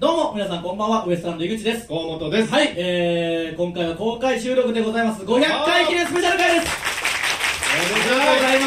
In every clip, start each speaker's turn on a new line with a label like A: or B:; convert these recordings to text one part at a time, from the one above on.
A: どうも皆さんこんばんはウエストランド井口です
B: 河本です。
A: はい、えー、今回は公開収録でございます500回記念スペシャル回ですおめでとうござい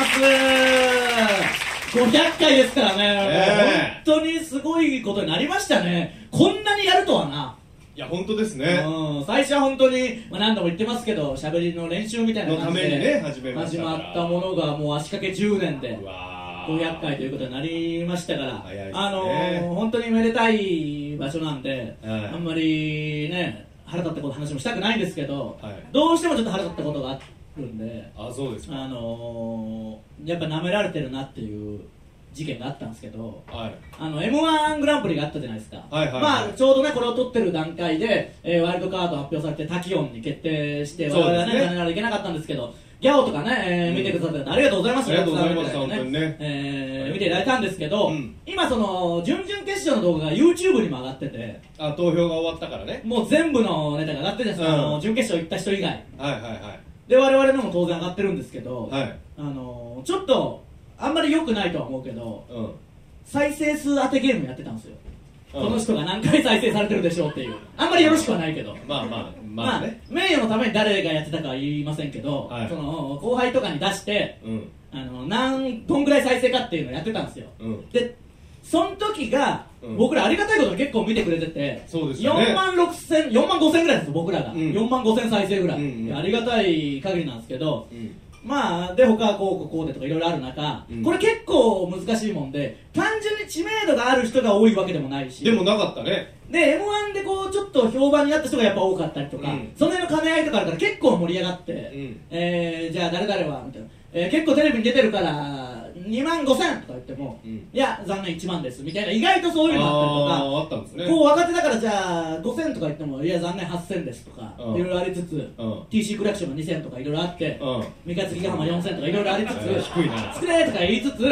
A: ます500回ですからね、
B: え
A: 本当にすごいことになりましたねこんなにやるとはな、
B: いや、本当ですね。
A: うん、最初は本当に、まあ、何度も言ってますけどしゃべりの練習みたいな
B: のた
A: 感じ
B: めに
A: で
B: ね、始めまし
A: 始
B: たから。
A: まったものがもう足掛け10年で
B: うわー
A: 500回ということになりましたから、
B: 早いですね
A: あのー本当にめでたい場所なんで、
B: はい
A: あんまりね腹立ったこと話もしたくないんですけど、
B: はい
A: どうしてもちょっと腹立ったことがあるんで、
B: あ、そうですか。
A: あのーやっぱ舐められてるなっていう事件があったんですけど。
B: はい。
A: あの M1 グランプリがあったじゃないですか、
B: はいはいはい
A: まあ、ちょうどねこれを撮ってる段階で、えーワイルドカード発表されてタキオンに決定して
B: そう
A: 我
B: で
A: 々はね
B: すね
A: 残念ながらいけなかったんですけどギャオとかね、えー
B: うん
A: 見てくださってありがとうございます
B: ありがとうございま
A: たく
B: した
A: さん
B: 本当にね
A: えー見ていただいたんですけど、
B: うん
A: 今その準々決勝の動画が YouTube にも上がってて
B: あ、投票が終わったからね。
A: もう全部のネタが上がってるんですよ、
B: うん
A: あの準決勝行った人以外
B: はいはいはい。
A: で我々のも当然上がってるんですけど、
B: はい
A: あのちょっとあんまり良くないとは思うけど
B: うん。
A: 再生数当てゲームやってたんですよ
B: うん
A: この人が何回再生されてるでしょうっていうあんまりよろしくはないけど
B: まあまあ、まあね。
A: 名誉のために誰がやってたかは言いませんけど、
B: はい
A: その後輩とかに出して
B: うん。
A: あの何どんぐらい再生かっていうのをやってたんですよ、
B: うん
A: でその時が、
B: うん
A: 僕らありがたいことに結構見てくれてて
B: そうですよね
A: 4万6千4万5千ぐらいです僕らが、
B: うん
A: 4万5千再生ぐらい、
B: うんうん
A: ありがたい限りなんですけど、
B: うん。
A: まあで他はこうこうこうでとかいろいろある中、
B: うん
A: これ結構難しいもんで単純に知名度がある人が多いわけでもないし
B: でもなかったね。
A: で m 1でこうちょっと評判になった人がやっぱ多かったりとか、
B: うん
A: その辺の兼ね合いとかあるから結構盛り上がって、
B: ん
A: えーじゃあ誰々はみたいな、えー結構テレビに出てるから2万5千とか言っても、
B: うん
A: いや残念1万ですみたいな意外とそういうのあったりとか
B: あーあったんですね。
A: こう若手だからじゃあ5000とか言ってもいや残念8000ですとか
B: うん
A: いろいろありつつ、TC クラクションが2000とかいろいろあって、
B: うん
A: 三日月ヶ浜4000とかいろいろありつ
B: えー
A: つ
B: 低いな
A: 失礼とか言いつつ、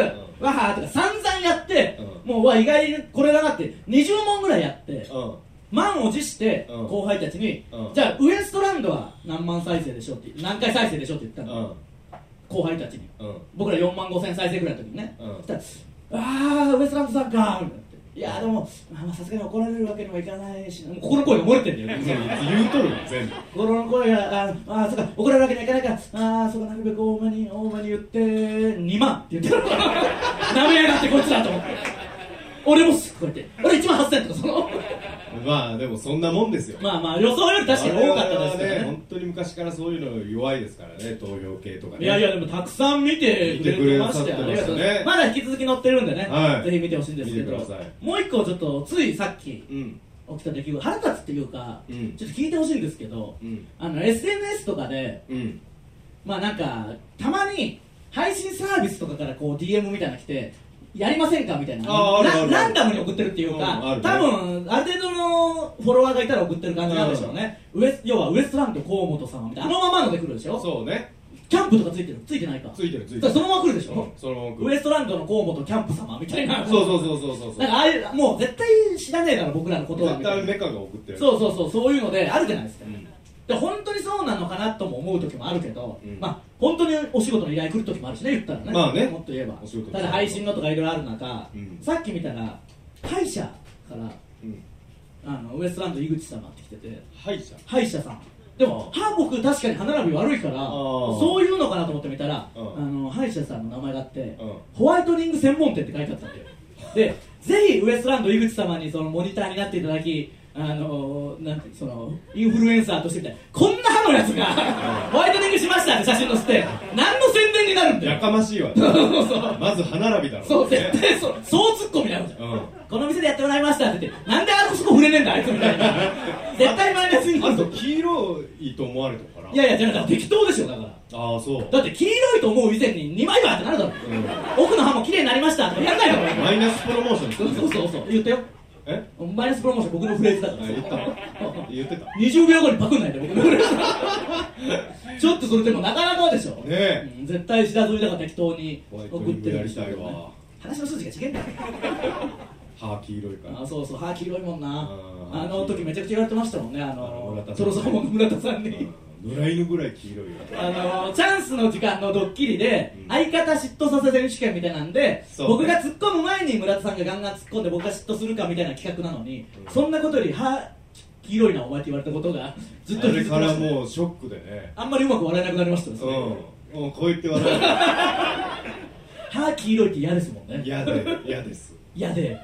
A: わはーとか散々やって、
B: う
A: もうわ意外にこれだなって20問ぐらいやって、
B: うん。
A: 満を持して
B: うん
A: 後輩たちに、
B: うん
A: じゃあウエストランドは何万再生でしょうって何回再生でしょうって言った
B: う
A: の、
B: ん。うん。
A: 後輩たちに
B: うん。
A: 僕ら4万5千再生ぐらいの時にね、
B: うん
A: そしたら「あーウエストランドさんか」みたいなっていやーでもまあまあさすがに怒られるわけにもいかないしもう心の声が漏れてんだ よね
B: 言うとるよ、全部。
A: 心の声が、ああ、そうか、怒られるわけにはいかないから、ああ、そうか、なるべく多めに、多めに言って、2万って言ってる。舐めやがって、こいつらと思って。俺もすっごいって、俺1万8000とか、その、
B: まあ、でもそんなもんですよ。
A: まあまあ、予想より確かに多かったですけ
B: 我々は
A: どね。
B: 本当に昔からそういうの弱いですからね、投票系とかね。
A: いやいや、でもたくさん見てくれてましたよ。
B: 見てくれてました
A: あ
B: ね
A: りがとうございますまだ引き続き載ってるんでね、
B: はい
A: ぜひ見てほしいんですけど
B: 見てください、
A: もう一個ちょっと、ついさっき
B: うん。
A: 起きた出来事、腹立つっていうか、
B: うん
A: ちょっと聞いてほしいんですけど、
B: うん
A: あの、SNS とかで、
B: うん。
A: まあなんかたまに配信サービスとかからこう DM みたいなの来てやりませんかみたいな
B: あーあるあるある
A: ラランダムに送ってるっていうか、
B: うんあるね
A: 多分ある程度のフォロワーがいたら送ってる感じなんでしょうね、ウエス要はウエストランド河本さんみたいなあのままので来るでしょ
B: そうね。
A: キャンプとかついてるついてないか
B: ついてるついてる
A: だからそのまま来るでしょ、
B: その
A: ウエストランドの河本キャンプ様みたいな
B: そうそうそうそうそうそう
A: なんかああいうもう絶対知らねえだろ僕らのことは
B: 絶
A: みた
B: 対
A: い
B: メ
A: な
B: カが送ってる
A: そうそうそうそういうのであるじゃないですか、
B: うん
A: で本当にそうなのかなとも思う時もあるけど、
B: うん
A: まあ本当にお仕事の依頼来る時もあるしね言ったらね,、
B: まあね
A: もっと言えば
B: お仕事
A: ただ配信のとかいろいろある中、
B: うん
A: さっき見たら歯医者から
B: うん
A: あのウエストランド井口様って来てて
B: 歯医者
A: 歯医者さんでも歯僕確かに歯並び悪いから
B: あー
A: そういうのかなと思って見たら、
B: うん
A: あの歯医者さんの名前があって、
B: うん
A: ホワイトニング専門店って書いてあったんだよでぜひウエストランド井口様にそのモニターになっていただきあのなんてそのインフルエンサーとしてみたいなこんな歯のやつがホワイトニングしましたって写真載せて何の宣伝になるんだ
B: や
A: よ
B: かましいわ
A: そうそう
B: まず歯並びだろ
A: そう
B: ね
A: 絶対そうそうツッコミなるじゃん
B: うん
A: この店でやってもらいましたって言ってなんであのそこ触れねえんだあいつみたいな絶対マイナスにな
B: あ
A: る
B: と
A: ぞ
B: 黄色いと思われたから
A: いやいやじゃあだから適当でしょだから
B: ああそう
A: だって黄色いと思う以前に2枚はってなるだろ、奥の歯も綺麗になりましたとかやんないだろ
B: マイナスプロモーションして
A: そう
B: る
A: そうそうそう言ったよ
B: え
A: マイナスプロモーション僕のフレーズだ
B: あ
A: から
B: 言ったの言ってたね
A: 20秒後にパクんないで僕のフレーズちょっとそれでもなかなかでしょ、
B: え
A: うん絶対白鳥だから適当に
B: ホワイト
A: 送
B: ニ
A: っ
B: ング
A: てる
B: や
A: んで
B: り
A: しょう
B: た
A: け
B: い
A: どね
B: わ
A: 話の筋が違えんだよ
B: 歯黄色いから
A: あそうそう歯黄色いもんな
B: うん
A: あの時めちゃくちゃ言われてましたもんねあ
B: あの
A: の
B: 村田さん
A: トロサーモンの村田さんに
B: 野良犬ぐらい黄色いよ
A: あのチャンスの時間のドッキリで、
B: うん
A: 相方嫉妬させ選手権みたいなんで
B: そう
A: 僕が突っ込む前に村田さんがガンガン突っ込んで僕が嫉妬するかみたいな企画なのに、
B: うん
A: そんなことより歯黄色いなお前って言われたことがずっと
B: あ
A: 引き
B: れ
A: ずって
B: か
A: ま
B: ら
A: した
B: もうショックでね
A: あんまりうまく笑えなくなりましたよ
B: う
A: それ
B: んもうこう言って笑う
A: 歯黄色いって嫌ですもんね
B: 嫌で嫌です
A: 嫌で、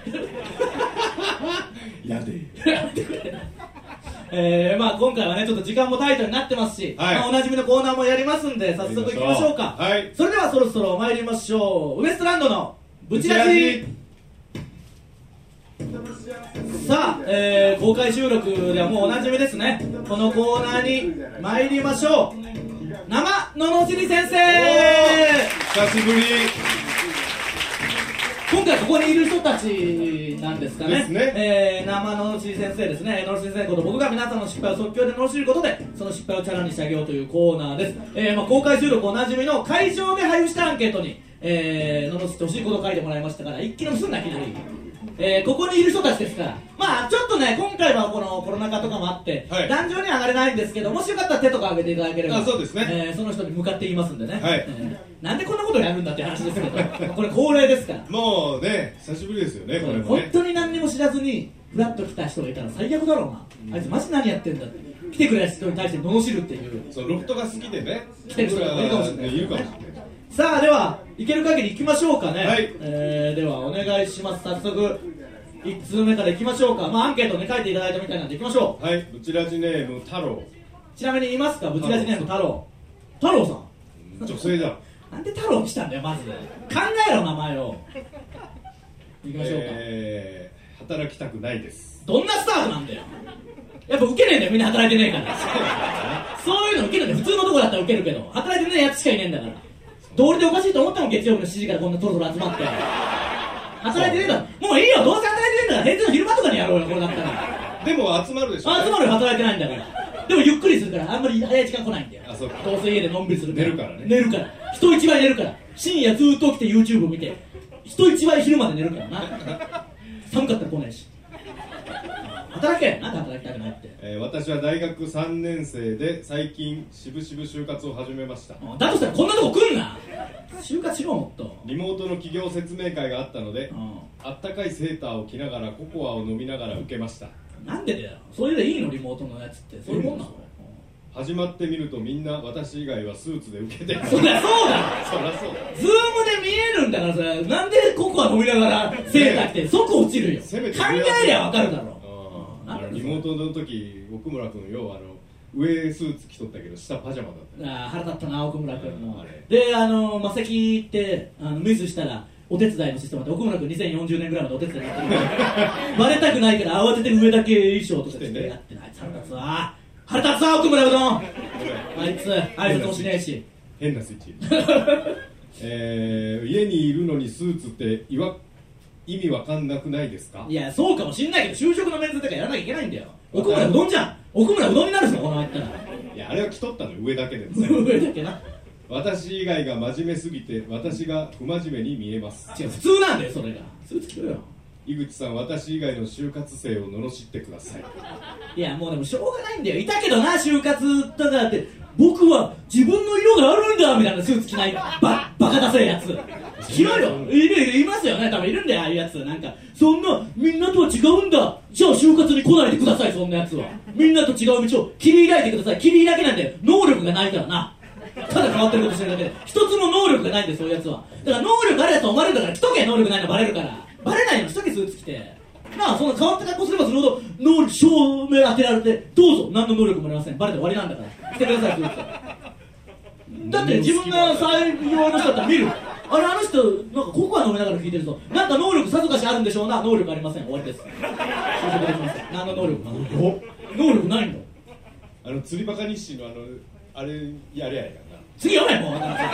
B: 嫌で
A: えーまあ、今回はねちょっと時間もタイトになってますし、
B: はい
A: まあおなじみのコーナーもやりますんで早速いきましょうか
B: はい
A: それではそろそろ参りましょうウエストランドのブチラ
B: ブ
A: ジ
B: チラジ
A: さあ、えー公開収録ではもうおなじみですねこのコーナーに参りましょう生ののしり先生
B: 久しぶり
A: 今回ここにいる人たちなんですかね
B: ですね
A: えー生ののしり先生ですねののしり先生こと僕が皆さんの失敗を即興でののしることでその失敗をチャラにしてあげようというコーナーです、えーまあ、公開収録おなじみの会場で配布したアンケートに、えー、ののしってほしいことを書いてもらいましたから一気にすんなきなりえーここにいる人たちですから、まあちょっとね、今回はこのコロナ禍とかもあって、
B: はい
A: 壇上には上がれないんですけど、もしよかったら手とか挙げていただければ、
B: あそうですね
A: えーその人に向かって言いますんでね、
B: はい
A: えーなんでこんなことやるんだって話ですけど、これ、恒例ですから、
B: もうね久しぶりですよねこれも
A: 本
B: ね
A: 当に何にも知らずに、ふらっと来た人がいたら最悪だろうな、あいつ、マジ何やってんだって、来てくれた人に対して罵るっていう。
B: そのロフトが好きでね
A: 来てる人がいるかもしれない
B: いるかもしれない
A: さあではいける限りいきましょうかね、
B: はい
A: えーではお願いします早速1通目からいきましょうかまあアンケートね書いていただいたみたいなんでいきましょ
B: はいブチラジネーム太郎
A: うちなみにいますかブチラジネーム太郎太郎さ
B: 女性だ
A: んなんで太郎にしたんだよまず考えろ名前をいきましょうか、
B: えー働きたくないです
A: どんなスタートなんだよやっぱウケねえんだよみんな働いてねえからそういうのウケるんだよ普通のとこだったらウケるけど働いてねえやつしかいねえんだから道理でおかしいと思ったもん月曜日の7時からこんなトロトロ集まって働いてねえだろもういいよどうせ働いてねえんだから平日の昼間とかにやろうよこれだったら
B: でも集まるでしょ
A: あ集まるよ働いてないんだからでもゆっくりするからあんまり早い時間来ないんだよ
B: あそうか
A: どうせ家でのんびりする
B: 寝るからね
A: 寝るから人一倍寝るから深夜ずっと起きて YouTube 見て人一倍昼まで寝るからな寒かったら来ないし働けなんで働きたくないって
B: えー私は大学3年生で最近しぶしぶ就活を始めました
A: だとしたらこんなとこ来んな就活しろもっと
B: リモートの企業説明会があったので
A: う
B: あったかいセーターを着ながらココアを飲みながら受けました
A: んなんでだよそれでいいのリモートのやつってそういうもんなの
B: 始まってみるとみんな私以外はスーツで受 けてる
A: そ
B: そ
A: りゃそうだ
B: りゃそうだ
A: ズームで見えるんだからさなんでココア飲みながらセーター着て即落ちるよ考
B: せめて
A: えりゃわかるだろ
B: うん
A: なん
B: あ
A: だ
B: の
A: それ
B: リモートの時奥村君ようあの上スーツ着とったけど下パジャマだったね
A: あー腹立ったな奥村君
B: うん
A: の
B: あれ
A: であのマセキってあのミスしたらお手伝いのシステムで奥村君2040年ぐらいまでお手伝いやってるからバレたくないから慌てて上だけ衣装とか着てやってない腹立つわ腹立つわ奥村君あいつ挨拶もしねえし
B: 変なスイッ チ、えー家にいるのにスーツっていわ意味わかんなくないですか
A: いやそうかもしんないけど就職の面接とかやらなきゃいけないんだよ奥村うどんじゃん奥村うどんになるぞこのままいったら
B: いやあれは着とったの上だけで
A: 上 だけな
B: 私以外が真面目すぎて私が不真面目に見えます
A: 違う普通なんだよそれがスーツ着ろよ
B: 井口さん私以外の就活生を罵ってください
A: いやもうでもしょうがないんだよいたけどな就活とかって僕は自分の色があるんだみたいなスーツ着ないババカだせえやつ着ろよいるいるいますよね多分いるんだよああいうやつなんかそんなみんなとは違うんだじゃあ就活に来ないでくださいそんなやつはみんなと違う道を切り開いてください切り開けなんて能力がないからなただ変わってることしてるだけで一つも能力がないんだよそういうやつはだから能力あるやつは思われるんだから着とけ能力ないのバレるからバレないの着とけスーツ着てなあそんな変わった格好すればするほど能証明当てられてどうぞ何の能力もありませんバレて終わりなんだから着てくださいスーツだって自分が採用の人だったら見るあれあの人なんかココア飲みながら聞いてるぞなんか能力さぞかしあるんでしょうな能力ありません終わりです就職できません何の能力もない能力ないんだ
B: あの釣りバカ日誌のあのあれやりゃいいや
A: 次読めもう渡辺さ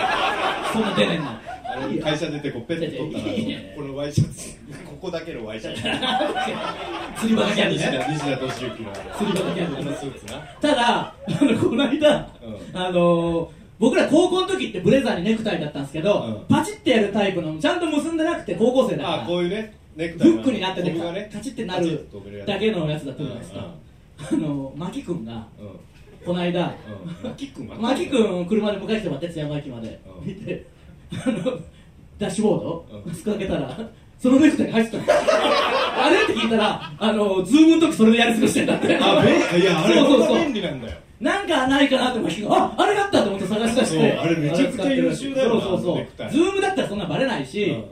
A: んそんな出ねえんな
B: なあの会社出てこうペット取ったら
A: いやいや
B: このワイシャツここだけのワイシャツ
A: 釣りバカキャンディ
B: 西
A: ーね
B: 田西田敏行の
A: 釣りバカキャンディ
B: あ
A: ー
B: のスーツな
A: ただあのこの間、
B: う
A: あのー僕ら高校の時ってブレザーにネクタイだったんですけど、
B: うん
A: パチってやるタイプのちゃんと結んでなくて高校生だか
B: あ
A: ら
B: こういうねネ
A: フ
B: クタイの
A: ックになって
B: ここが
A: て
B: ね
A: カチってなるだけのやつだったじゃないですか、あのー牧君が
B: うんうん
A: この間
B: うんマキ君は
A: マキ君車で迎えてもらって津山駅まで
B: うん
A: 見てあのダッシュボード
B: うん
A: マスク開けたらそのネクタイが入ってたのあれって聞いたらあのズームの時それでやり過ごしてんだって
B: あべいやあれ
A: そうそうそう
B: 本当便利なんだよ
A: なんかないかなと思ってああれがあったと思って探したし
B: そうあれめちゃくちゃ優秀だよな
A: そうそう
B: ネク
A: そ
B: タ
A: う
B: イ
A: ズームだったらそんなバレないし、
B: うん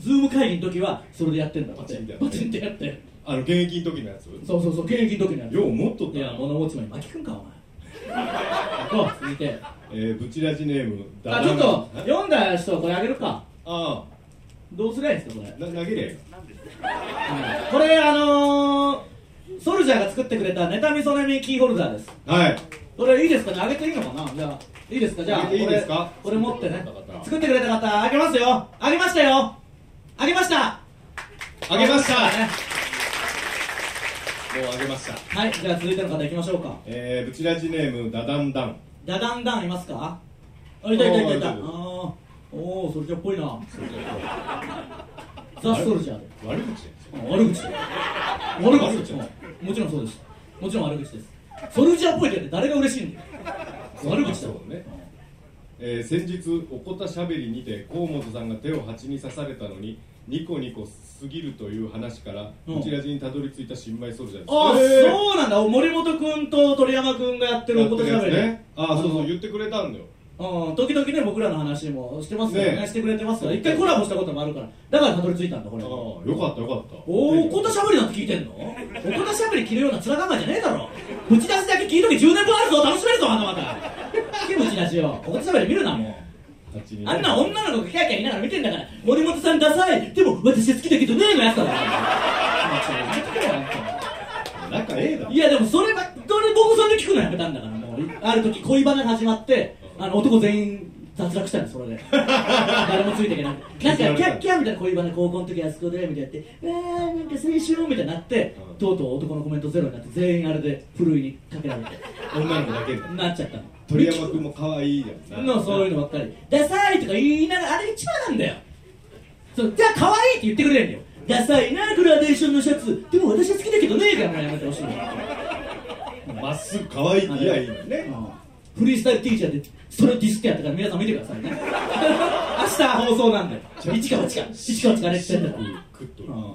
A: ズーム会議の時はそれでやってんだって
B: パチンってやって
A: パチンってやって
B: あの現役の時のやつ
A: そうそうそう現役の時にやる
B: よう持っとった
A: いや
B: な
A: 物持ちもに巻きくんかお前そう続いて
B: えーブチラジネームダ
A: あ
B: ダ
A: ちょ
B: ナ
A: っと読んだ人これあげるか
B: あ
A: どうすりゃいいんですかこれ
B: あな投げりゃいい
A: これあのー、ソルジャーが作ってくれたネタみそなみキーホルダーです
B: のはい
A: これいいですかねあげていいのかなじゃあいいですかじゃあ
B: あげていいですか
A: これこれ持ってね作
B: 作ってくれた方
A: ってくれた方あげますよあげましたよあげました
B: あげました
A: ね
B: もうあげました
A: はいじゃあ続いての方いきましょうか
B: えーブチラジネームダダンダン
A: ダダンダンいますかあいたいたいたいた
B: あ
A: あ
B: ーいる
A: ーおおソルジャーっぽいなザ・ソルジャーで
B: 悪口
A: 悪口悪口です
B: 悪口
A: うんもちろんそうですもちろん悪口ですソルジャーっぽいって誰が嬉しいんだよ悪口だ
B: そうねえー先日おこたしゃべりにて河本さんが手を蜂に刺されたのにニコニコすぎるという話から
A: うん
B: ブチラジにたどり着いた新米ソルジャーです
A: ああ、
B: えー
A: そうなんだ森本君と鳥山君がやってるおことしゃべり、
B: ねああそうそう
A: うん
B: 言ってくれたんだよ
A: 時々ね僕らの話もしてますよね
B: ね
A: してくれてますから一回コラボしたこともあるからだからたどり着いたんだこ
B: あ
A: れ
B: あ
A: お
B: よかったよかった
A: おおことしゃべりなんて聞いてんのおことしゃべり着るような面構えじゃねえだろぶち出しだけ聞いとき10年分あるぞ楽しめるぞあんなまた 気持ち出しよおことしゃべり見るなもう
B: 蜂にね
A: あんな女の子がキャーキャー言いながら見てんだから森本さんダサいでも私好きだけどねえのやつだから気持ち出しよあんた
B: 仲ええだろ
A: いやでもそればっかり僕それで聞くのやめたんだからもうある時恋バナが始まってあの男全員脱落したんですそ れで誰もついていけなくてなんかキャッキャみたいな恋バナ高校の時あそこでみたいなやってわーなんか青春みたいになって、
B: うん
A: とうとう男のコメントゼロになって全員あれでふるいにかけられて
B: 女の子だけだ
A: なっちゃったの
B: 鳥山君も可愛いじゃんな
A: のそういうのばっかり「ダサい」とか言いながらあれ一番なんだよそうじゃあ可愛いって言ってくれるんだよダサいなグラデーションのシャツでも私は好きだけどねえからもうやめてほしいの
B: まっすぐ可愛いって言やいいのにね
A: うんフリースタイルティーチャーでそれディスってやったから皆さん見 てくださいね明日放送なんで一か八か一か八かねって言ってんだから
B: 食っとる
A: うん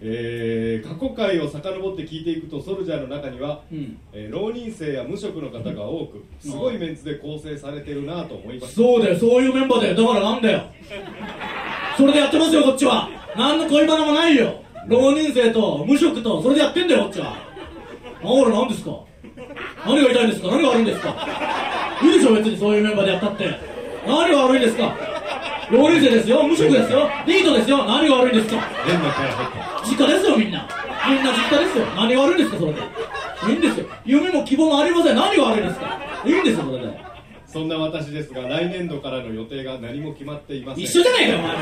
B: えー過去回を遡って聞いていくとソルジャーの中には、
A: うん
B: えー浪人生や無職の方が多くすごいメンツで構成されてるなと思いました
A: そうだよそういうメンバーだよだからなんだよそれでやってますよこっちは何の恋バナもないよ浪人生と無職とそれでやってんだよこっちはあら何ですか何が痛いんですか何が悪いんですかいいでしょ別にそういうメンバーでやったって何が悪いんですか浪人生ですよ無職ですよニートですよ何が悪いんですか
B: 変なキャラ入っ
A: 実家ですよみんなみんな実家ですよ何が悪いんですかそれでいいんですよ夢も希望もありません何が悪いんですかいいんですよそれで
B: たそんな私ですが来年度からの予定が何も決まっていません
A: 一緒じゃねえかよお前も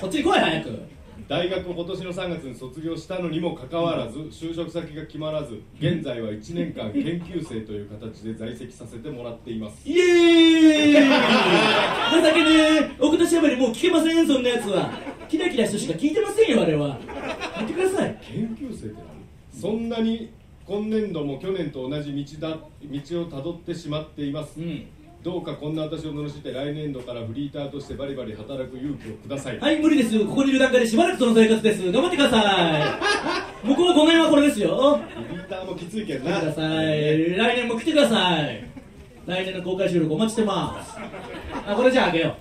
A: こっちに来い早く
B: 大学を今年の3月に卒業したのにもかかわらず就職先が決まらず現在は1年間研究生という形で在籍させてもらっています
A: イエーイ情けねえ奥田しゃべりもう聞けませんそんなやつはキラキラしてしか聞いてませんよあれはやってください
B: 研究生って何そんなに今年度も去年と同じ道だ道をたどってしまっています、
A: ん
B: どうかこんな私を罵って来年度からフリーターとしてバリバリ働く勇気をください、
A: はい無理ですここにいる段階でしばらくその生活です頑張ってください向こう5年はこれですよ
B: フリーターもきついけど
A: 来て
B: な
A: ください来年も来てください来年の公開収録お待ちしてますあこれじゃああげよ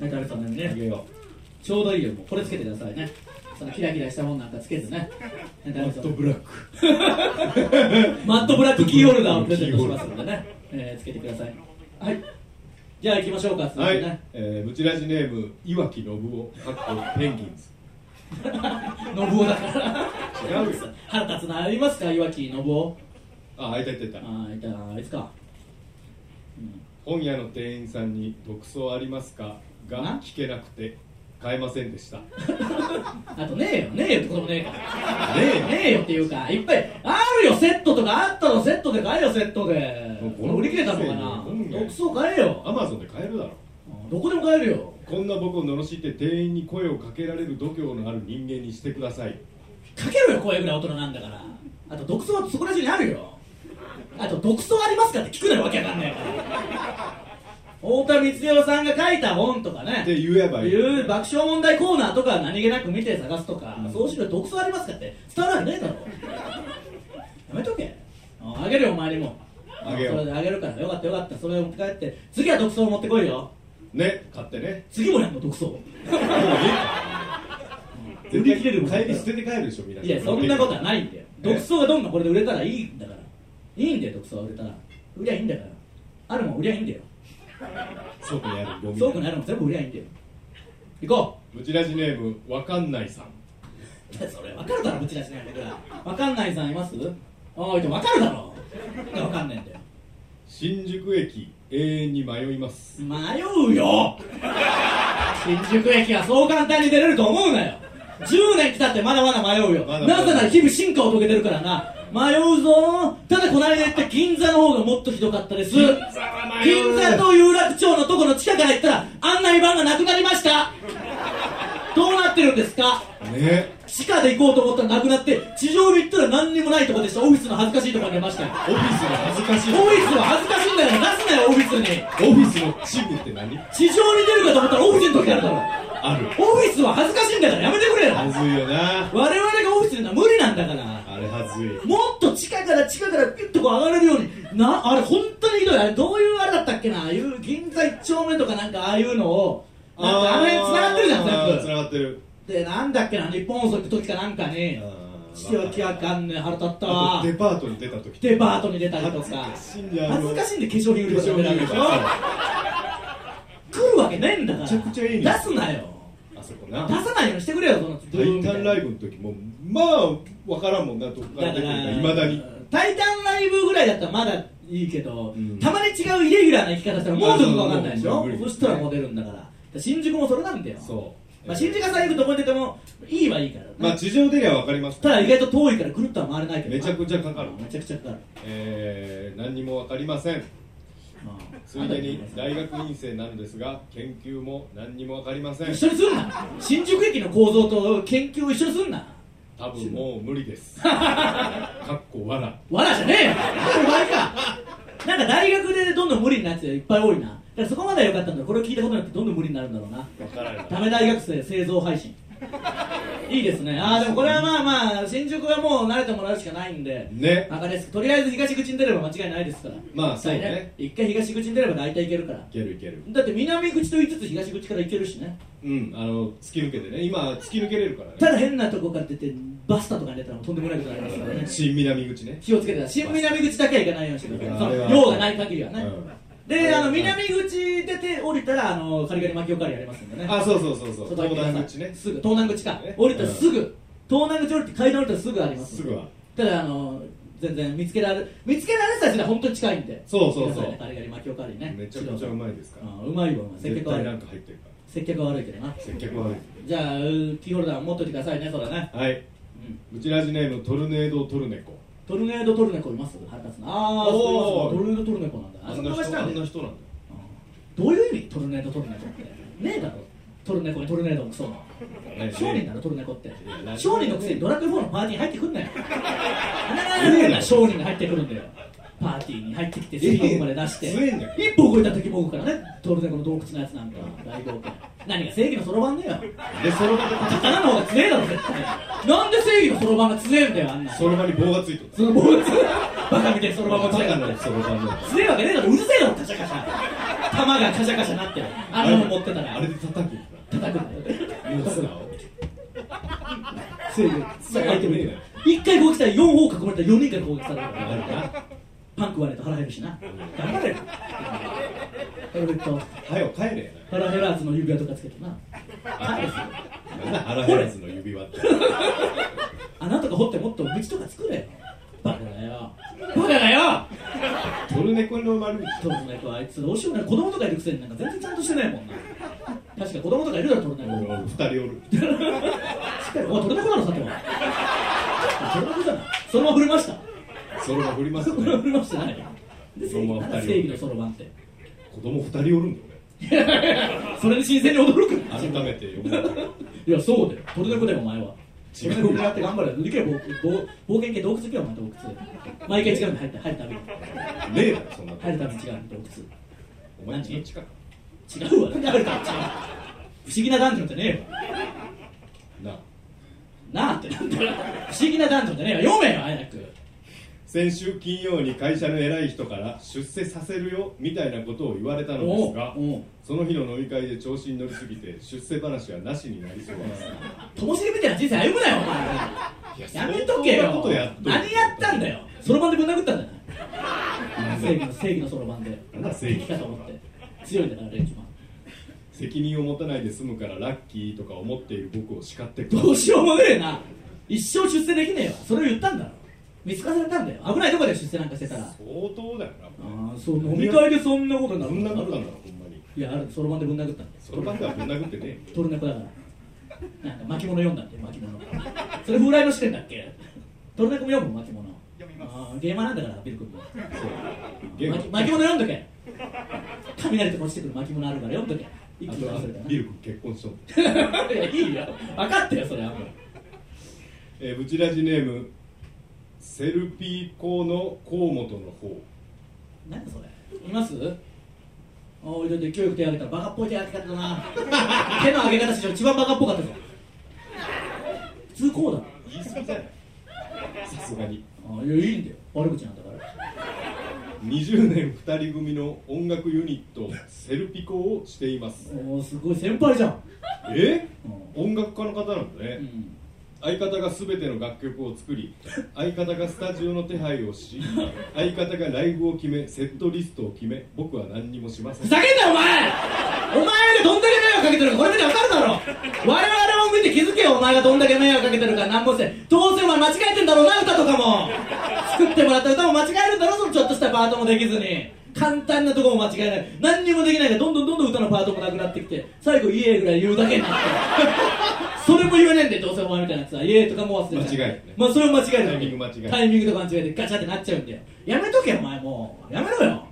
A: うねタルさんのように
B: あ
A: ね
B: げよ
A: ちょうどいいよもうこれつけてくださいねそのキラキラしたもんなんかつけずねねタ
B: う
A: ル
B: マ
A: さ
B: ッ
A: ん
B: トブラック
A: マットブラックキーホルダーをプレゼントしますのでね、えーつけてください。はい。じゃあ行きましょうか。続い
B: は
A: て
B: い、
A: ね。
B: えー、ブチラジネームいわき信夫かっこペンギンズ
A: 信夫だから。
B: 違うよ
A: 腹立つな。ありますか、いわき信夫。
B: ああいたいたいた
A: あーいた、あいつか。
B: 本屋の店員さんに「独創ありますか?」
A: な
B: が聞けなくて買えませんでしたね
A: あとねえよ、ねえよってこともねえか
B: え
A: ら。ねえよっていうか、いっぱいあるよ、セットとかあったの、セットで買えよ、セットで
B: もう。この
A: 売り切れたのかな
B: 本。屋
A: 独創買えよ。
B: アマゾンで買えるだろ
A: どこでも買えるよ。
B: こんな僕を罵って店員に声をかけられる度胸のある人間にしてください
A: かけろよ、声ぐらい大人なんだから。あと、独創はそこら中にあるよ。あと「独創ありますか?」って聞くなよわけわかんない太田光代さんが書いた本とかね
B: って言えばいい
A: いう爆笑問題コーナーとか何気なく見て探すとか、
B: うん
A: そうしろ独創ありますかって伝わらないだろやめとけああげるよお前にも
B: あげよう
A: それであげるからよかったよかったそれを持って帰って次は独創持ってこいよ
B: ね買ってね
A: 次もやんの独創
B: でもいい
A: 売り切れるもん
B: 絶対帰り捨てて帰るでしょみんない
A: やそんなことはないんだよ
B: え
A: 独創がどんどんこれで売れたらいいんだからいいんだよ独創が売れたら売りゃいいんだからあるもん売りゃいいんだよ
B: そうかやる読み
A: そうくなるもん全部売りゃいいんだよ行こ
B: ブチラジネームわかんないさん
A: う それ分かるだろぶち出しないんだから分かんないさんいますおいでも分かるだろ分かんないんだよ
B: 新宿駅永遠に迷います
A: 迷う よ新宿駅はそう簡単に出れると思うなよ10年来たってまだまだ迷うよ
B: まだまだ
A: なぜなら日々進化を遂げてるからな迷うぞただこの間行った銀座の方がもっとひどかったです銀
B: 座は迷う
A: 座と有楽町のとこの地下から行ったら案内板がなくなりましたどうなってるんですか
B: ね
A: 地下で行こうと思ったらなくなって地上に行ったら何にもないとこでしたオフィスの恥ずかしいとこに出ましたよ
B: オフィスの恥ずか
A: オ
B: し
A: フィ
B: い
A: スは恥ずかしいんだよ出すなよオフィスに
B: オフィスのチブって何
A: 地上に出るかと思ったらオフィスの時からだろ
B: ある
A: オフィスは恥ずかしいんだからやめてくれよ
B: は
A: 我
B: ずいよな
A: 々がオフィスにいるのは無理なんだから
B: あれはずい
A: もっと地下から地下からピュッとこう上がれるようになあれ本当にひどいあれどういうあれだったっけなああいう銀座一丁目とかなんかああいうのをなんかあの辺繋がってるじゃん
B: あー
A: 全
B: 繋がってる
A: 部でなんだっけな日本放送行く時かなんかにしてはきあかんね腹立った
B: あ
A: わ
B: とデパートに出た時
A: デパートに出たりとか
B: 恥ずかしいんだよ
A: 恥ずかしいんで化粧品売
B: 化
A: ることになる
B: 粧品
A: で
B: 売り
A: し
B: 場
A: ょ来るわけねえんだから
B: めちゃくちゃいいね
A: 出すなよ
B: あそこな
A: 出さないようにしてくれよその
B: タイタンライブの時もまあわからんもんなどこから
A: だか
B: 出てるからいまだに
A: タイタンライブぐらいだったらまだいいけど、
B: うん
A: たまに違うイレギュラーな生き方したらもうどこかわかんないでし
B: もう
A: ょ
B: 無理
A: そしたらモデルんだからだから新宿もそれなんだよ
B: そう
A: まあ、新宿が最悪どこに出てもいいはいいからね、
B: まあ地上出りゃわかります
A: ただ意外と遠いからぐるっとは回れないけど
B: めちゃくちゃかかる
A: めちゃくちゃかかる
B: えー何にもわかりません
A: まあ
B: ついでに大学院生なのですが研究も何にもわかりません
A: 一緒にすんな新宿駅の構造と研究を一緒にすんな
B: 多分もう無理です かっこわら
A: わらじゃねえよお前かなんか大学でどんどん無理になってるやつがいっぱい多いなだからそこまでは良かったんだこれを聞いたことによってどんどん無理になるんだろうな
B: わからない
A: ダメ大学生製造配信いいですねああでもこれはまあまあ新宿はもう慣れてもらうしかないんで
B: ね
A: バカですとりあえず東口に出れば間違いないですから
B: まあそうね
A: 一回東口に出れば大体行けるから
B: いけるいける
A: だって南口と言いつつ東口から行けるしね
B: うんあの突き抜けてね今突き抜けれるからね
A: ただ変なとこから出てバスタとかに出たらもうとんでもないことになりますからね
B: 新南口ね
A: 気をつけて新南口だけは行かないようにしてください
B: あれは
A: その用がない限りはね、
B: あれ
A: で
B: は
A: あの南口出て降りたらあのカリカリ巻きおかわりやりますんでね
B: あそうそうそうそう
A: ちょっと待っ
B: 東
A: てください
B: 南口ね
A: すぐ東南口か
B: ね
A: 降りたらすぐ、東南口降りて階段降りたらすぐあります
B: すぐは
A: ただあの全然見つけられ見つけられてたらそれは本当に近いんで
B: そうそうそう
A: 皆さんねカリカリ巻きおかわりね
B: めちゃくちゃうまいですから
A: うんうまいようまい接
B: 絶
A: 客は
B: 対
A: 悪
B: ないんか入ってるか
A: 接客は悪いけどな
B: ら接客は入っ
A: じゃあうーキーホルダー持っといてくださいねそれね、
B: てるはいう
A: うん、
B: ブチラジネームトルネードトルネコ
A: トルネードトルネコいます腹立つなああ
B: おー
A: トルネードトルネコなんだあそこが下
B: あ
A: なんだ
B: んな
A: よ
B: 人なんだよ
A: どういう意味トルネードトルネコってねえだろトルネコにトルネードもそう
B: ね
A: 商人だろトルネコって
B: ね
A: 商人のくせにドラクエ4のパーティーに入ってくんなよなかなか変な商人が入ってくるんだよパーティーに入ってきて水獄まで出して
B: 強いんだよ
A: 一歩動いた時も動くからねトルネコの洞窟のやつなんか大冒険何が正義のそろばんだよ
B: でその場で
A: 刀の方が強えだろ絶対なんで正義のそろばんが強えんだよあんな
B: その場に棒がついてる
A: その坊主バカみたいにそのまま
B: バ
A: 強い
B: カなその場の
A: 強いわけねえだろうるせえよカシャカシャ弾がカシャカシャなってるあんなの持ってたら
B: あれで叩くんだ
A: 叩くんだよ
B: もう素直
A: 強い
B: 繋がってねえだろ
A: 一回攻撃したら4方囲まれたら4人から攻撃されるか
B: あ
A: ら
B: るな
A: パン食われると腹減るしな頑張れよヘルメット
B: はよ帰れ
A: 腹減らずの指輪とかつけてな
B: なんだ腹減らずの指輪って
A: 穴とか掘ってもっと道とか作れよバカだよバカだよ
B: トルネコの丸い
A: トルネコあいつどうしようもない子供とかいるくせになんか全然ちゃんとしてないもんな確か子供とかいるだろトルネコ
B: 二人おる
A: しっかりお前取れなくなるさては取れなくじゃないそのまま振りました
B: その場振ります
A: そ
B: ね
A: のまま振りましてないで
B: そのまま二人
A: 正義のそろばんって
B: 子供二人おるんだ
A: それに新鮮に驚く
B: 俺改めて読む
A: いやそうだよ取れなくだよお前はごめん僕やって頑張れできればぼぼ冒険系洞窟行けよお前洞窟毎回違うの入った入るたびに
B: ねえだろそんな
A: 入るたびに違うの洞窟
B: お前んちの近く
A: 違うわ、誰か違う。不思議なダンジョンじゃねえよ。
B: なあ
A: なあってなんだよ。不思議なダンジョンじゃねえよ。読めよ、早く。
B: 先週金曜に会社の偉い人から出世させるよみたいなことを言われたのですが
A: おうおう
B: その日の飲み会で調子に乗りすぎて出世話はなしになりそうです
A: ともしげみたいな人生歩むなよ、お前。やめとけ
B: 相当な
A: よ。
B: ことやっとる
A: 何やったんだよ。そろばんでぶん殴ったんだよ。正義の正義のそろばんで。
B: なんだ正義
A: 生き方を持って。強いんだから、レンジマン。
B: 責任を持たないで済むからラッキーとか思っている僕を叱ってくる
A: どうしようもねえな。一生出世できねえわ。それを言ったんだろ。見つかされたんだよ。危ないとこで出世なんかしてたら。あ
B: 相当だよな
A: あ、そう、飲み会でそんなことにな
B: ぶ
A: る
B: ん殴ったんだろほんまに
A: いや、あるそろばんでぶん殴ったんだよ。
B: そのバカはぶん殴ってね
A: トルネコだからなんか巻物読んだって巻物それ風来の視点だっけトルネコも読む巻物
C: 読みます
A: あーゲーマーなんだからビル君も
B: ゲーム
A: 巻巻物読んどけ雷とか落ちてくる巻物あるから読んどけ一気に忘れた
B: ビル君結婚しとん
A: ないやいいよ分かってよそれはもう
B: えー、ブチラジネームセルピーコの河本の方
A: 何だそれいますああ、だって教育手挙げたらバカっぽい手挙げ方だな手の挙げ方史上一番バカっぽかったぞ普通こうだろ
B: 言い過ぎじゃないさすがに
A: ああいやいいんだよ悪口なんだから
B: 20年2人組の音楽ユニットセルピコをしています
A: おーすごい先輩じゃん、
B: え
A: う
B: 音楽家の方なんだね、
A: ん、
B: 相方が全ての楽曲を作り相方がスタジオの手配をし相方がライブを決めセットリストを決め僕は何にもしませ
A: ふ
B: ん
A: ざけんなよお前お前がどんだけ迷惑かけてるかこれ見てわかるだろ我々も見て気づけよお前がどんだけ迷惑かけてるか何もせんどうせお前間違えてんだろうな歌とかも作ってもらった歌も間違えるんだろそのちょっとしたパートもできずに簡単なとこも間違えない何にもできないからどんどんどんどん歌のパートもなくなってきて最後「イエーイ」ぐらい言うだけになって それも言えねえんでどうせお前みたいなやつは「イエーイ」とかも忘れちゃう
B: 間違えるね
A: まあそれも間違える
B: タイミング間違える
A: タイミングと間違えてガチャってなっちゃうんだよやめとけよお前もうやめろよ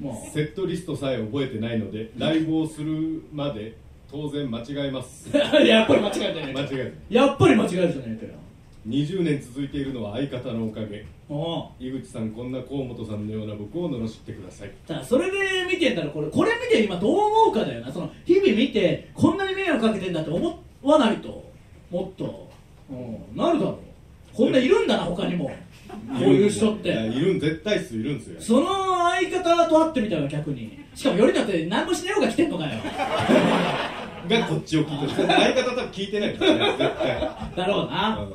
A: もう
B: セットリストさえ覚えてないのでライブをするまで当然間違えます
A: やっぱり間違えて
B: 間
A: ね
B: 違える
A: やっぱり間違えるじゃねえかよ
B: 20年続いているのは相方のおかげ
A: おう
B: 井口さんこんな河本さんのような僕を罵ってください
A: だからそれで見てんだろこれこれ見て今どう思うかだよなその日々見てこんなに迷惑かけてんだって思わないともっと、うん、なるだろうこんないるんだな他にもこういう人っ
B: いや
A: て
B: いるん絶対数いるんですよ
A: その相方と会ってみたいわ逆にしかもよりによって何もしねえようが来てんのかよ
B: がこっちを聞いてる相方多分聞いてないですね絶対
A: だろう
B: あ
A: な
B: の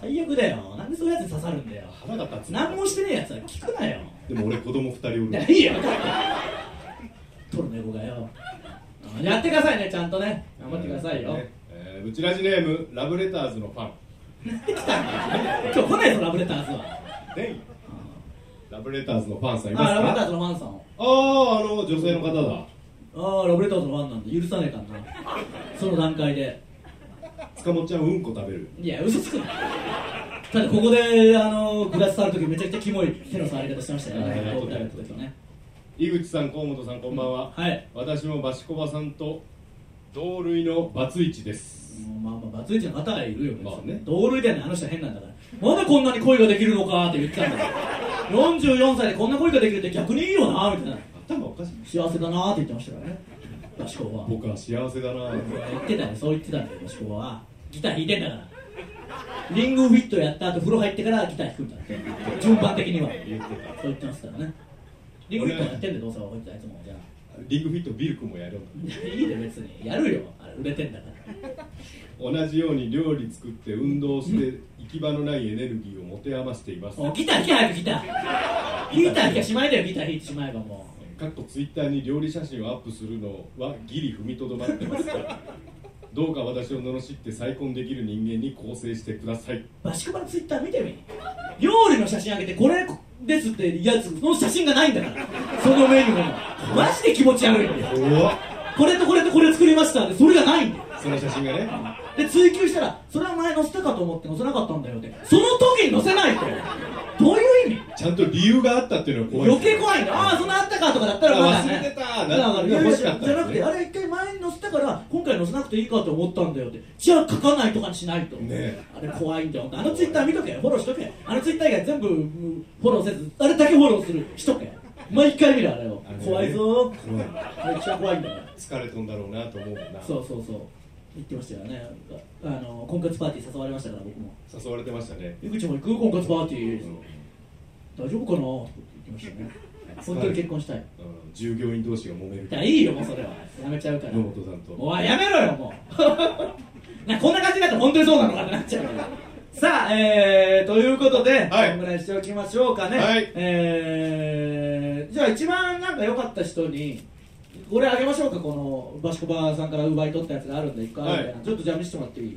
A: 最悪だよなんでそういうやつに刺さるんだよ
B: 腹が立つ
A: 何もしてねえやつは聞くなよ
B: でも俺子供2人おるん
A: い
B: で
A: やいいよ取る猫がよやってくださいねちゃんとね頑張ってくださいよ、
B: ねえー、うちラジネームラブレターズのファン
A: 来たんだよ今日来ないぞラブレターズは
B: ねラブレターズのファンさんいます
A: あ
B: か
A: ラブレター
B: あ
A: ズのファンさんを
B: あーあの女性の方だ
A: ああラブレターズのファンなんで許さねえかんなその段階で
B: 塚本ちゃんうんこ食べる
A: いや嘘つくなただここであのグラス触るときめちゃくちゃキモい手の触り方してましたよ
B: あー
A: ね
B: やっ
A: こ
B: と
A: う
B: った
A: やってことね
B: 井口さん河本さんこんばんは、
A: はい
B: 私もバシコバさんと同類のバツイチです
A: うんまあまあバツイチの方がいるよ、
B: まあね
A: 同類だよねあの人は変なんだからなんでこんなに恋ができるのかって言ってたん だよ44歳でこんな恋ができるって逆にいいよなみたいな
B: 頭おかしい
A: 幸せだなって言ってましたからねバシコは
B: 僕は幸せだな
A: 言ってたよそう言ってたんだよバシコはギター弾いてんだからリングフィットやった後風呂入ってからギター弾くんだって順番的には
B: 言ってた
A: そう言ってますからねリングフィットやってんでどうせ覚えてたいつもじゃあ
B: リングフィットビル君もやるんだ
A: いいで別にやるよあれ売れてんだから
B: 同じように料理作って運動して行き場のないエネルギーを持て余しています
A: おギター弾け早くギターギター弾けしまいだよギター弾いてしまえばもう
B: かっこツイッターに料理写真をアップするのはギリ踏みとどまってますがどうか私を罵って再婚できる人間に構成してください
A: バシクバのツイッター見てみ料理の写真あげてこれですってやつその写真がないんだからそのメニューのマジで気持ち悪いんだよ
B: 怖っ
A: これとこれとこれ作りましたでそれがないんだよ
B: その写真がね
A: で追求したらそれは前載せたかと思って載せなかったんだよってその時に載せないとどういう意味
B: ちゃんと理由があったっていうのが怖い
A: 余計怖いんだああそんなあったかとかだったらまだね
B: あ忘れてた
A: だから
B: いや欲しかったん
A: じゃ
B: ですね
A: なくてあれ一回前に載載せたから今回載せなくていいかと思ったんだよってじゃあ書かないとかにしないと、
B: ねえ
A: あれ怖いんだよあのツイッター見とけフォローしとけあのツイッター以外全部うんフォローせずあれだけフォローするしとけ毎回見るあれを
B: あれね
A: 怖いぞ
B: 怖い
A: ーめっちゃ怖いんだから
B: 疲れとんだろうなと思うもんな
A: そうそうそう言ってましたよねあの婚活パーティー誘われましたから僕も
B: 誘われてましたね
A: 「井口も行く婚活パーティー大丈夫かな?」とか言ってまし たね本当に結婚したい
B: うん従業員同士が揉める
A: いやいいよもうそれはやめちゃうから
B: 野本さんと
A: おいやめろよもう なこんな感じになって本当にそうなのかってなっちゃう からさあ、えー、ということで、
B: はい
A: こんぐらいしておきましょうかね、
B: はい
A: えー、じゃあ一番なんか良かった人にこれあげましょうかこのバシコバさんから奪い取ったやつがあるんで一個あるんで、
B: はい
A: ちょっとじゃあ見せてもらっていい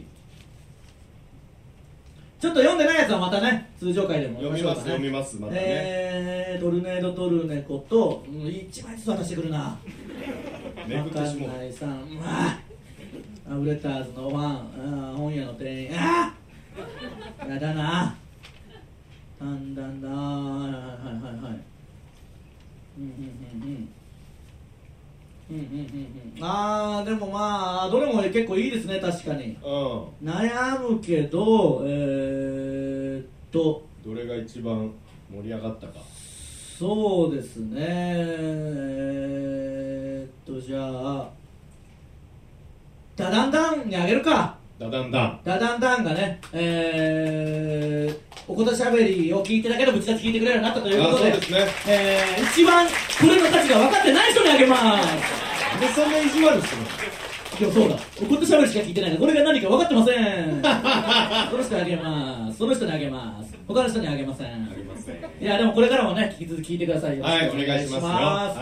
A: ちょっと読んでないやつはまたね通常回でも
B: 読みます
A: や
B: 読
A: り
B: み
A: ましょうかね
B: ますまたね
A: えー、トルネードトルネコと、うん、一枚ずつ渡してくるな
B: め
A: わ
B: くっ
A: か
B: てし
A: ん
B: もう
A: ないさん、まあ、あウレターズのファン、あ本屋の店員、ああやだな、だんだんだ、はいはいはいはい、うんうんうんうん。うんうんうんうん、ああでもまあどれも結構いいですね確かに
B: う
A: 悩むけどえー、っと
B: んどれが一番盛り上がったか
A: そうですねえー、っとじゃあダダンダンにあげるか
B: ダダンダン
A: ダダンダンがねえー、おことしゃべりを聞いてだけでもちだち聞いてくれるようになったという
B: あ
A: こ
B: そ
A: と
B: う
A: で
B: ですね
A: えー、一番これの価値が分かってない人にあげます
B: でそんな意地悪してます
A: でもそうだおことしゃべりしか聞いてないからこれが何か分かってませ んその人にあげますその人にあげます他の人にあげません
B: ありません
A: いやでもこれからもね引き続き聞いてくださいよ
B: はいお願いしますよ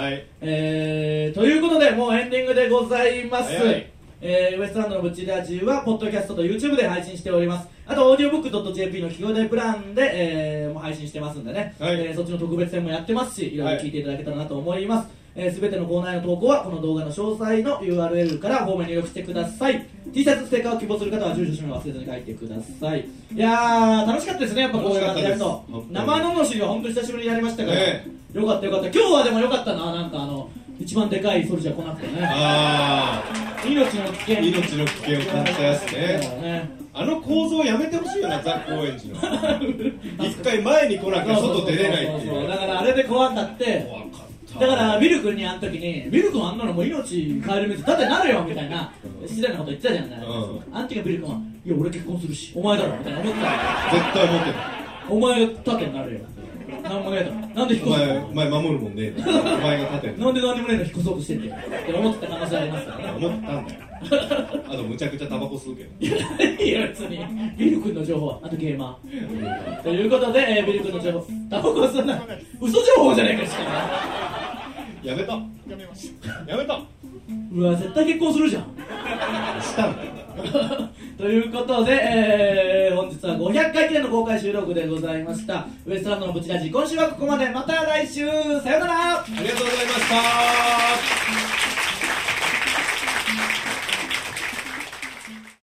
B: はい
A: えーということでもうエンディングでございます、
B: はいはい
A: えーウエストランドのブチラジはポッドキャストと YouTube で配信しておりますあとオーディオブックドット JP の企業大プランで、えーもう配信してますんでね、
B: はい
A: えーそっちの特別編もやってますしいろい
B: は
A: ろ
B: い
A: 聞いていただけたらなと思います、えー、全てのコーナーへの投稿はこの動画の詳細の URL からフォームに入力してください T シャツステッカーを希望する方は住所氏名を忘れずに書いてくださいいやー楽しかったですねやっぱこういう感じでやると
B: 楽しかったです
A: 生ののしりは本当に久しぶりにやりましたから、
B: ね
A: よかったよかった今日はでもよかったななんかあの一番でかいソルジャー来なくてね
B: あ
A: 命の危険
B: あ命の危険を感じたやつね
A: ね
B: あの構造やめてほしいよなザ・高円 寺の一回前に来なきゃ外出れないって
A: そうそうそう
B: い
A: そううだからあれで怖かって
B: 怖かっ
A: だ
B: た
A: からミル君にあの時にミル君あんなのもう命変える水だってなるよみたいな失礼なこと言ってたじゃない、
B: う
A: あの時はミル君はいや俺結婚するしお前だろみたいな思ってた
B: 絶対持ってた
A: お前が盾になるよなんもねえだろなんで引っ
B: お
A: 越す
B: 前
A: の
B: お前守るもんねお前が勝てん
A: な
B: の
A: んで何でもねえの引っ越そうとしてんだよって思ってた可能性ありますからね
B: 思ったんだよあとむちゃくちゃタバコ吸うけど
A: いや別にビル君の情報はあとゲーマーということで、えービル君の情報タバコはそんな嘘情報じゃないかしか
B: やめた
C: やめまし
B: やめた
A: うわ絶対結婚するじゃん
B: したんだよ
A: ということで、えー本日は500回記念の公開収録でございましたウエストランドのブチラジ今週はここまでまた来週さよなら
B: ありがとうございました